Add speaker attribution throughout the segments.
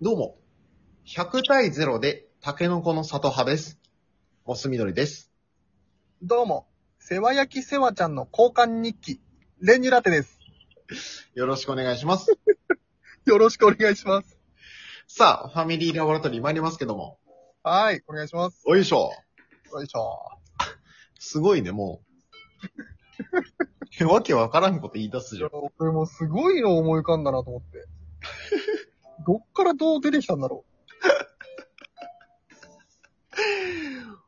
Speaker 1: どうも。100対0で、タケノコの里派です。モスみどりです。
Speaker 2: どうも、世話焼き世話ちゃんの交換日記、練乳ラテです。
Speaker 1: よろしくお願いします。
Speaker 2: よろしくお願いします。
Speaker 1: さあ、ファミリーラボラトリー参りますけども。
Speaker 2: はい、お願いします。
Speaker 1: おいしょ。
Speaker 2: よいしょ。
Speaker 1: すごいね、もう。 わけわからんこと言い出す
Speaker 2: い
Speaker 1: じゃ
Speaker 2: や
Speaker 1: ん。
Speaker 2: 俺もすごいの思い浮かんだなと思って。 どっからどう出てきたんだろ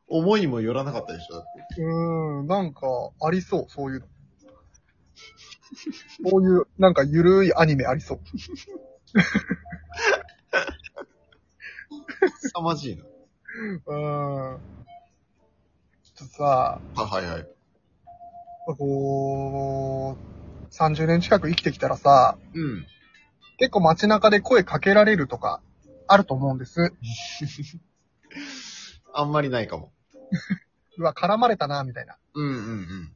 Speaker 1: 思いもよらなかったでしょ。だって
Speaker 2: う。うーん、なんか、ありそう、そういうの。こういう、なんかゆるいアニメありそう。
Speaker 1: 凄まじいな。
Speaker 2: うーん。ちょっとさ、
Speaker 1: あはいはい。
Speaker 2: こう、30年近く生きてきたらさ、
Speaker 1: うん。
Speaker 2: 結構街中で声かけられるとか、あると思うんです。
Speaker 1: あんまりないかも。
Speaker 2: うわ、絡まれたな、みたいな。
Speaker 1: うんうんうん。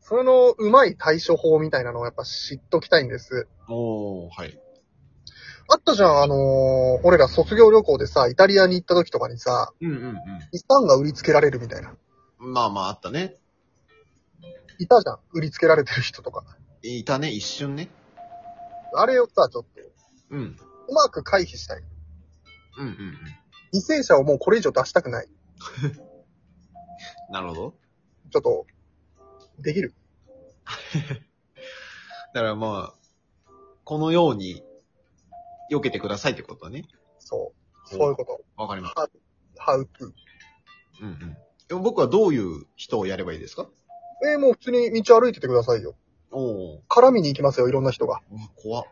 Speaker 2: その、うまい対処法みたいなのをやっぱ知っときたいんです。
Speaker 1: おー、はい。
Speaker 2: あったじゃん、あのー俺ら卒業旅行でさ、イタリアに行った時とかにさ、
Speaker 1: うんうん
Speaker 2: 遺産が売りつけられるみたいな。
Speaker 1: うん。まあまあ、あったね。
Speaker 2: いたじゃん、売りつけられてる人とか。
Speaker 1: いたね、一瞬ね。
Speaker 2: あれをさ、ちょっと、
Speaker 1: うん。
Speaker 2: うまく回避したい。
Speaker 1: うんうんうん。
Speaker 2: 犠牲者をもうこれ以上出したくない。
Speaker 1: なるほど。
Speaker 2: ちょっと、できる。
Speaker 1: だからまあ、このように、避けてくださいってことね。
Speaker 2: そう。そういうこと。
Speaker 1: わかります。
Speaker 2: ハウツー。
Speaker 1: うんうん。でも僕はどういう人をやればいいですか
Speaker 2: えーもう普通に道歩いててくださいよ。
Speaker 1: おー
Speaker 2: 絡みに行きますよ、いろんな人が。
Speaker 1: うわ、怖っ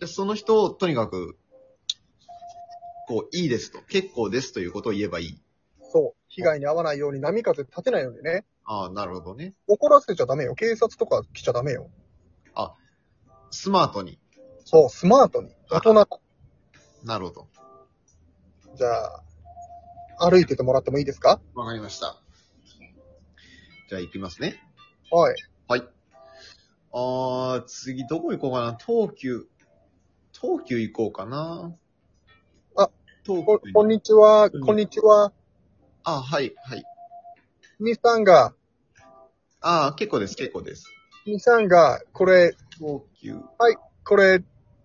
Speaker 1: で、その人をとにかく、こう、いいですと、結構ですということを言えばいい。
Speaker 2: そう。被害に遭わないように波風立てないようにね。
Speaker 1: ああ、なるほどね。
Speaker 2: 怒らせちゃダメよ。警察とか来ちゃダメよ。
Speaker 1: スマートに。
Speaker 2: そう、スマートに。大人。
Speaker 1: なるほど。
Speaker 2: じゃあ、歩いててもらってもいいですか
Speaker 1: わかりました。じゃあ行きますね。
Speaker 2: はい。
Speaker 1: あー、次どこ行こうかな。東急。東急行こうかな。
Speaker 2: あ、
Speaker 1: 東
Speaker 2: こ
Speaker 1: 急に
Speaker 2: こんにちは、
Speaker 1: うん
Speaker 2: こんにちは。
Speaker 1: あ、はい、はい。
Speaker 2: 兄さんが、
Speaker 1: ああ、結構です、結構です。
Speaker 2: 兄さんが、これ、
Speaker 1: 東急。い
Speaker 2: これ、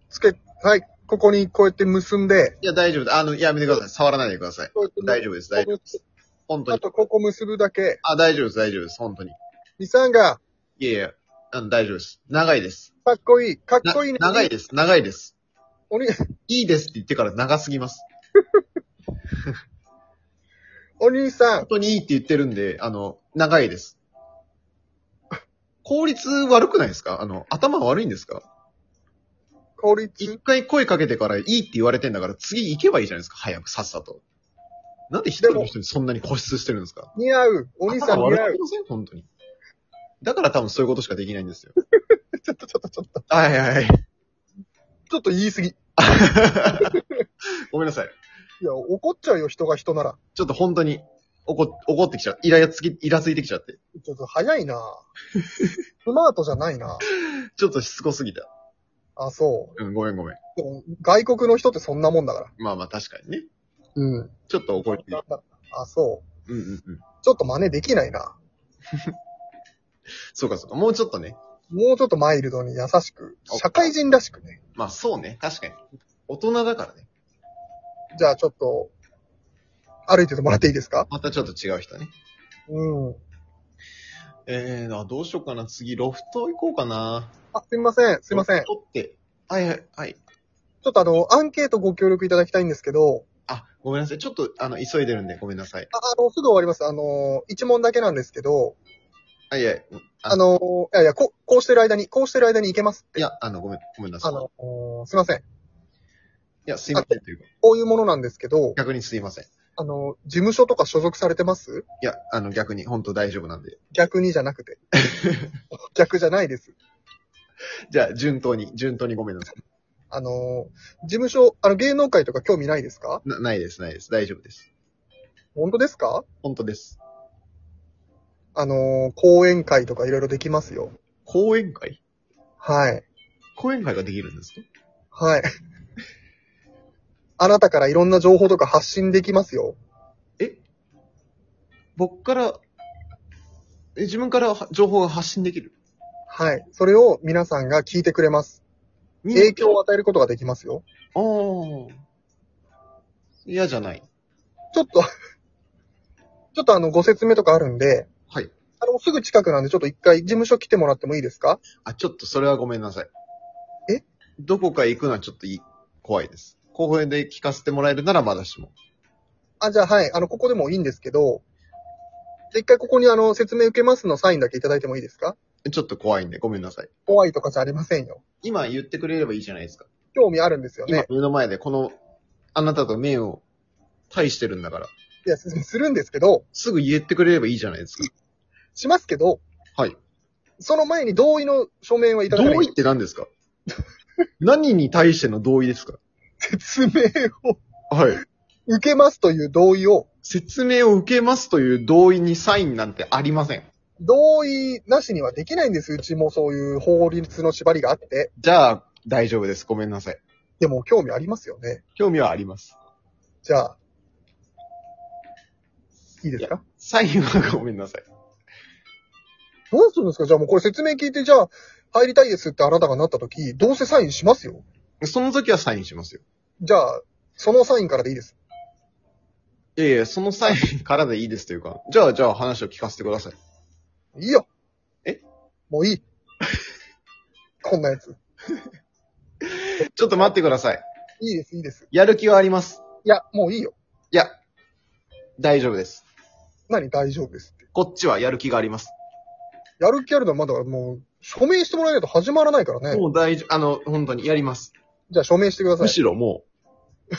Speaker 2: つけ、はい、ここにこうやって結んで、
Speaker 1: や、大丈夫です。あの、やめてください。触らないでください。
Speaker 2: こうやって
Speaker 1: 大丈夫です、大丈夫。本当
Speaker 2: あ
Speaker 1: に。
Speaker 2: と、ここ結ぶだけ。
Speaker 1: あ、大丈夫です、大丈夫です、本当に。
Speaker 2: 兄さんが、
Speaker 1: いやいや、あの大丈夫です。長いです。
Speaker 2: かっこいい。かっ
Speaker 1: な
Speaker 2: こいいね。
Speaker 1: 長い。です、長いです。
Speaker 2: おに、
Speaker 1: いいですって言ってから長すぎます。
Speaker 2: お兄さん
Speaker 1: 本、当にいいって言ってるんで、あの、長いです。効率悪くないですかあの、頭悪いんですか
Speaker 2: 効率
Speaker 1: 一。回声かけてからいいって言われてんだから次行けばいいじゃないですか、早く、さっさと。なんで一人の人にそんなに固執してるんですか
Speaker 2: 似合う。お兄さん
Speaker 1: 頭悪
Speaker 2: 似合
Speaker 1: く
Speaker 2: う
Speaker 1: あり。ません本当に。だから多分そういうことしかできないんですよ。
Speaker 2: ちょっとちょっとちょっと。
Speaker 1: はいはいはい。
Speaker 2: ちょっと言い過ぎ。
Speaker 1: ごめんなさい。
Speaker 2: いや、怒っちゃうよ、人が人なら。
Speaker 1: ちょっと本当に怒っ、怒ってきちゃう。イラつき、イラついてきちゃって。
Speaker 2: ちょっと早 いなスマートじゃないな
Speaker 1: ちょっとしつこすぎた。
Speaker 2: あ、そう。
Speaker 1: うん、ごめんごめん。
Speaker 2: でも、外国の人ってそんなもんだから。
Speaker 1: まあまあ確かにね。
Speaker 2: うん。
Speaker 1: ちょっと怒り。
Speaker 2: あ、そう。
Speaker 1: うんうんうん。
Speaker 2: ちょっと真似できないな。
Speaker 1: そうかそうか。もうちょっとね。
Speaker 2: もうちょっとマイルドに優しく、社会人らしくね。
Speaker 1: まあそうね。確かに。大人だからね。
Speaker 2: じゃあちょっと、歩いててもらっていいですか
Speaker 1: またちょっと違う人ね。
Speaker 2: うん。
Speaker 1: えー、あどうしようかな。次、ロフト行こうかな。
Speaker 2: あ、すみません、すみません。
Speaker 1: ロフ
Speaker 2: ち
Speaker 1: トって。はいはいはい。
Speaker 2: ょっとあの、アンケートご協力いただきたいんですけど、
Speaker 1: あ、ごめんなさい。ちょっと、あの、急いでるんでごめんなさい。
Speaker 2: ああの、すぐ終わります。あの、一問だけなんですけど、
Speaker 1: あ、いや、うん
Speaker 2: あの、いやいや、ここうしてる間に、こうしてる間に行けます。
Speaker 1: いや、あの、ごめん、ごめんなさ
Speaker 2: あ
Speaker 1: い。い
Speaker 2: の、おすみません。
Speaker 1: や、すいませんというか、
Speaker 2: こういうものなんですけど、
Speaker 1: 逆にすいません。い
Speaker 2: あの、事務所とか所属されてます
Speaker 1: や、あの、逆に、本当大丈夫なんで。
Speaker 2: 逆にじゃなくて。逆じゃないです。
Speaker 1: じゃあ、順当に、順当にごめんなさい。
Speaker 2: あの、事務所、あの、芸能界とか興味ないですか
Speaker 1: な、ないです、ないです。大丈夫です。
Speaker 2: 本当ですか
Speaker 1: 本当です。
Speaker 2: あの、講演会とかいろいろできますよ。
Speaker 1: 講演会
Speaker 2: はい。
Speaker 1: 講演会ができるんですか
Speaker 2: はい。あなたからいろんな情報とか発信できますよ。
Speaker 1: 僕から、え自分からは情報が発信できる。
Speaker 2: はい。それを皆さんが聞いてくれます。影響を与えることができますよ。
Speaker 1: ああ。嫌じゃない。
Speaker 2: ちょっと、 ちょっとあの、ご説明とかあるんで、
Speaker 1: はい。
Speaker 2: あの、すぐ近くなんで、ちょっと一回事務所来てもらってもいいですか
Speaker 1: あ、ちょっとそれはごめんなさい。
Speaker 2: え
Speaker 1: どこか行くのはちょっとい怖いです。後方で聞かせてもらえるならまだしも。
Speaker 2: あ、じゃあはい、あの、ここでもいいんですけど、で一回ここにあの、説明受けますのサインだけいただいてもいいですか
Speaker 1: ちょっと怖いんでごめんなさい。
Speaker 2: 怖いとかじゃありませんよ。
Speaker 1: 今言ってくれればいいじゃないですか。
Speaker 2: 興味あるんですよ
Speaker 1: 今
Speaker 2: ね。
Speaker 1: 目の前でこの、あなたと面を対してるんだから、
Speaker 2: いや、すするんですけど、
Speaker 1: すぐ言ってくれればいいじゃないですか。
Speaker 2: しますけど、
Speaker 1: はい。
Speaker 2: その前に同意の署名はいただかない。
Speaker 1: 同意って何ですか 何に対しての同意ですか
Speaker 2: 説明を
Speaker 1: はい。
Speaker 2: 受けますという同意を、
Speaker 1: 説明を受けますという同意にサインなんてありません。
Speaker 2: 同意なしにはできないんです。うちもそういう法律の縛りがあって。
Speaker 1: じゃあ、大丈夫です。ごめんなさい。
Speaker 2: でも興味ありますよね。
Speaker 1: 興味はあります。
Speaker 2: じゃあ、いいですか
Speaker 1: サインはごめんなさい。
Speaker 2: どうするんですかじゃあもうこれ説明聞いて、じゃあ、入りたいですってあなたがなった時、どうせサインしますよ。
Speaker 1: その時はサインしますよ。
Speaker 2: じゃあ、そのサインからでいいです。
Speaker 1: いやいや、そのサインからでいいですというか、 じゃあ、じゃあ話を聞かせてください。
Speaker 2: いいよ。
Speaker 1: え
Speaker 2: もういい。 こんなやつ。
Speaker 1: ちょっと待ってください。
Speaker 2: いいです、いいです。
Speaker 1: やる気はあります。
Speaker 2: いや、もういいよ。
Speaker 1: いや、大丈夫です。
Speaker 2: 何大丈夫ですって。
Speaker 1: こっちはやる気があります。
Speaker 2: やる気あるのはまだもう、署名してもらえないと始まらないからね。
Speaker 1: もう大丈夫、あの、本当にやります。
Speaker 2: じゃあ署名してください
Speaker 1: む。しろも う、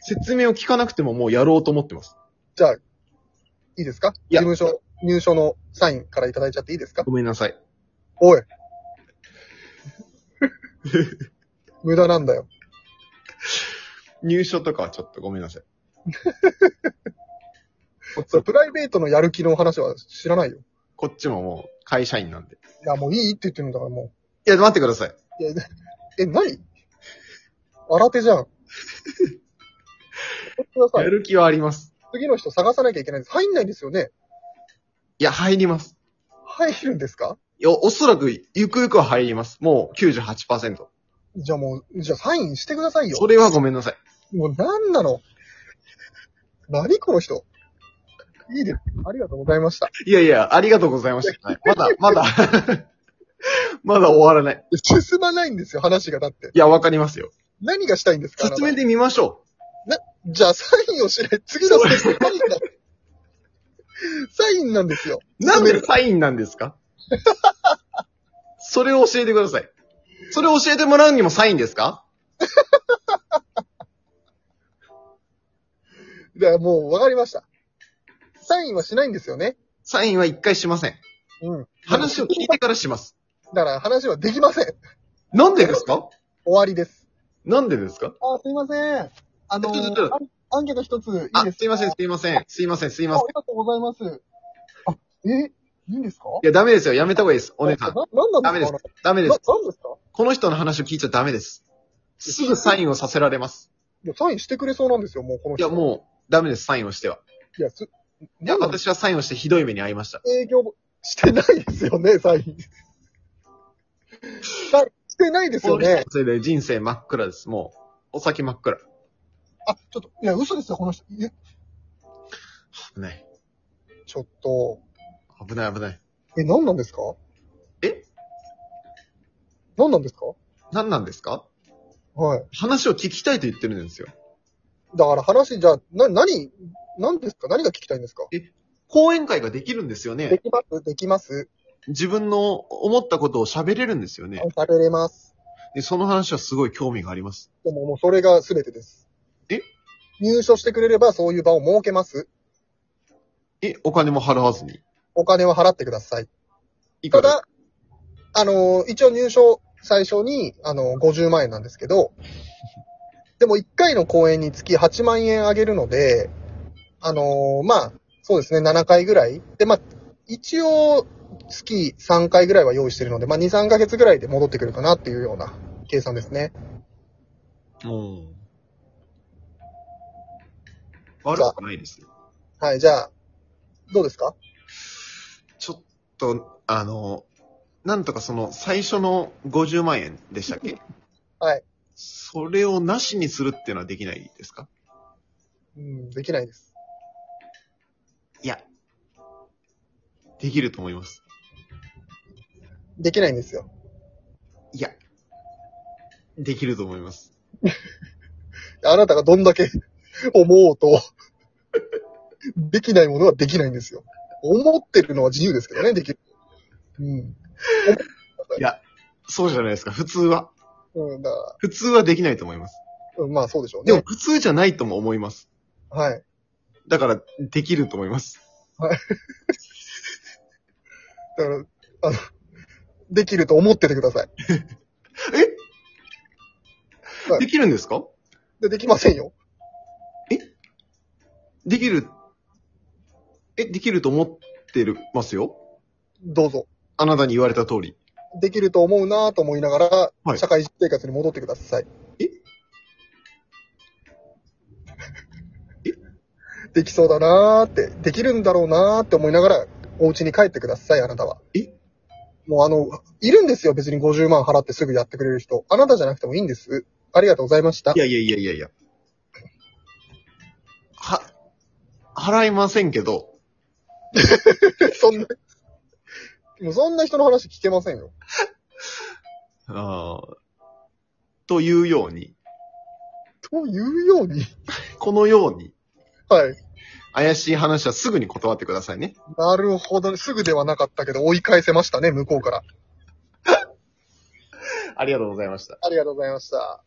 Speaker 1: 説明を聞かなくてももうやろうと思ってます。
Speaker 2: じゃあ、いいですか
Speaker 1: い
Speaker 2: 事
Speaker 1: や
Speaker 2: 務所、入所のサインからいただいちゃっていいですか
Speaker 1: ごめんなさい。
Speaker 2: お い。無駄なんだよ。
Speaker 1: 入所とかはちょっとごめんなさい。こっち
Speaker 2: それプライベートのやる気の話は知らないよ。
Speaker 1: こっちももう会社員なんで。
Speaker 2: いや、もういいって言ってるんだからも
Speaker 1: いや、待ってください。
Speaker 2: う。いや、え、何新手じゃん。やってくださ
Speaker 1: や
Speaker 2: い。
Speaker 1: る気はあります。
Speaker 2: 次の人探さなきゃいけないんです。入んないんですよね。
Speaker 1: いや、入ります。
Speaker 2: 入るんですか
Speaker 1: いや、おそらく、ゆくゆくは入ります。もう98%。
Speaker 2: じゃあもう、じゃあサインしてくださいよ
Speaker 1: そ。れはごめんなさい。
Speaker 2: もう何なの何この人いいです。ありがとうございました。
Speaker 1: いやいや、ありがとうございました。はいまだ、まだ、 まだ終わらない。
Speaker 2: 進まないんですよ、話がだって。
Speaker 1: いや、わかりますよ。
Speaker 2: 何がしたいんですか
Speaker 1: 説明で見ましょ
Speaker 2: あなたじゃあ、サインをしない。次の ステップ、サインだ。サインなんですよ。
Speaker 1: う。なんでサインなんですか それを教えてください。それを教えてもらうにもサインですか
Speaker 2: だからもう、わかりました。サインはしないんですよね。
Speaker 1: サインは一回しません。
Speaker 2: うん。
Speaker 1: 話を聞いてからします。
Speaker 2: だから、話はできません。終
Speaker 1: なんでですか
Speaker 2: わりです。
Speaker 1: なんでですか
Speaker 2: あ、すいません。あ
Speaker 1: のーちょっとちょっと
Speaker 2: アンケート一つ、いい
Speaker 1: あ、すいません、すいません。すいません、すいません。
Speaker 2: がとうございます。あ、え、いいんですか
Speaker 1: いや、ダメですよ。やめた方がいいです。お姉さん。
Speaker 2: な、なん
Speaker 1: ダ
Speaker 2: な
Speaker 1: メ
Speaker 2: ん
Speaker 1: で
Speaker 2: ですすか。
Speaker 1: ダメで
Speaker 2: な、な
Speaker 1: す。
Speaker 2: んですか
Speaker 1: この人の話を聞いちゃダメです。すぐサインをさせられます。
Speaker 2: いや、サインしてくれそうなんですよ、もうこの
Speaker 1: い
Speaker 2: 人。
Speaker 1: や、もう、ダメです、サインをしては。
Speaker 2: う。いや、す、
Speaker 1: いや、
Speaker 2: なんなん
Speaker 1: 私はサインをしてひどい目に遭いました。
Speaker 2: 営業してないですよね、サイ ン。さしてないです
Speaker 1: こ
Speaker 2: よ
Speaker 1: の人の
Speaker 2: ね。
Speaker 1: せいで人生真っ暗です。もう、お先真っ暗。
Speaker 2: あ、ちょっと、いや、嘘ですよ、この人。いや
Speaker 1: 危ない。
Speaker 2: ちょっと、
Speaker 1: 危ない、危ない。
Speaker 2: え、何なんですか
Speaker 1: え
Speaker 2: 何なんですか
Speaker 1: 何なんですか
Speaker 2: はい。
Speaker 1: 話を聞きたいと言ってるんですよ。
Speaker 2: だから話、じゃあ、な、何、何ですか何が聞きたいんですか
Speaker 1: 講演会ができるんですよ
Speaker 2: で
Speaker 1: ね。
Speaker 2: きますできます
Speaker 1: 自分の思ったことを喋れるんですよね。
Speaker 2: 食べれます。
Speaker 1: で、その話はすごい興味があります。
Speaker 2: でももうそれが全てです。
Speaker 1: え
Speaker 2: 入所してくれればそういう場を設けます。
Speaker 1: え、お金も払わずに。
Speaker 2: お金は払ってください。
Speaker 1: い
Speaker 2: た
Speaker 1: くら
Speaker 2: だ、あのー一応入賞最初に、あのー50万円なんですけど、でも1回の公演につき8万円あげるので、あのーまあ、そうですね、7回ぐらい。で、まあ、一応、月3回ぐらいは用意してるので、まあ、2、3ヶ月ぐらいで戻ってくるかなっていうような計算ですね。
Speaker 1: うん。悪くないですよ。
Speaker 2: はい、じゃあ、どうですか
Speaker 1: ちょっと、あの、なんとかその最初の50万円でしたっけ
Speaker 2: はい。
Speaker 1: それをなしにするっていうのはできないですか
Speaker 2: うん、できないです。
Speaker 1: いや、できると思います。
Speaker 2: できないんですよ。
Speaker 1: いや、できると思います。
Speaker 2: あなたがどんだけ 思おうと、できないものはできないんですよ。思ってるのは自由ですけどね、できる。うん。
Speaker 1: そうじゃないですか、普通は。
Speaker 2: うん、だか
Speaker 1: 普通はできないと思います。
Speaker 2: ら、うんまあそうでしょう
Speaker 1: で
Speaker 2: ね
Speaker 1: も。普通じゃないとも思います。
Speaker 2: はい。
Speaker 1: だから、できると思います。
Speaker 2: だから、あの、できると思っててください。はい
Speaker 1: できるんですか
Speaker 2: で、できませんよ。
Speaker 1: できる、え、できると思ってるますよ
Speaker 2: どうぞ。
Speaker 1: あなたに言われた通り。
Speaker 2: できると思うなぁと思いなが
Speaker 1: は
Speaker 2: ら、
Speaker 1: い
Speaker 2: 社会生活に戻ってください。
Speaker 1: ええ
Speaker 2: できそうだなぁって、できるんだろうなぁって思いながら、お家に帰ってください、あなたは。
Speaker 1: え
Speaker 2: もうあの、いるんですよ、別に50万払ってすぐやってくれる人。あなたじゃなくてもいいんです。ありがとうございました
Speaker 1: い。やいやいやいやいや。は、払いませんけど、
Speaker 2: そんな、もうそんな人の話聞けませんよ。
Speaker 1: あーというように、
Speaker 2: というように。
Speaker 1: このように、
Speaker 2: はい。
Speaker 1: 怪しい話はすぐに断ってくださいね。
Speaker 2: なるほどね。すぐではなかったけど、追い返せましたね、向こうから。
Speaker 1: ありがとうございました。
Speaker 2: ありがとうございました。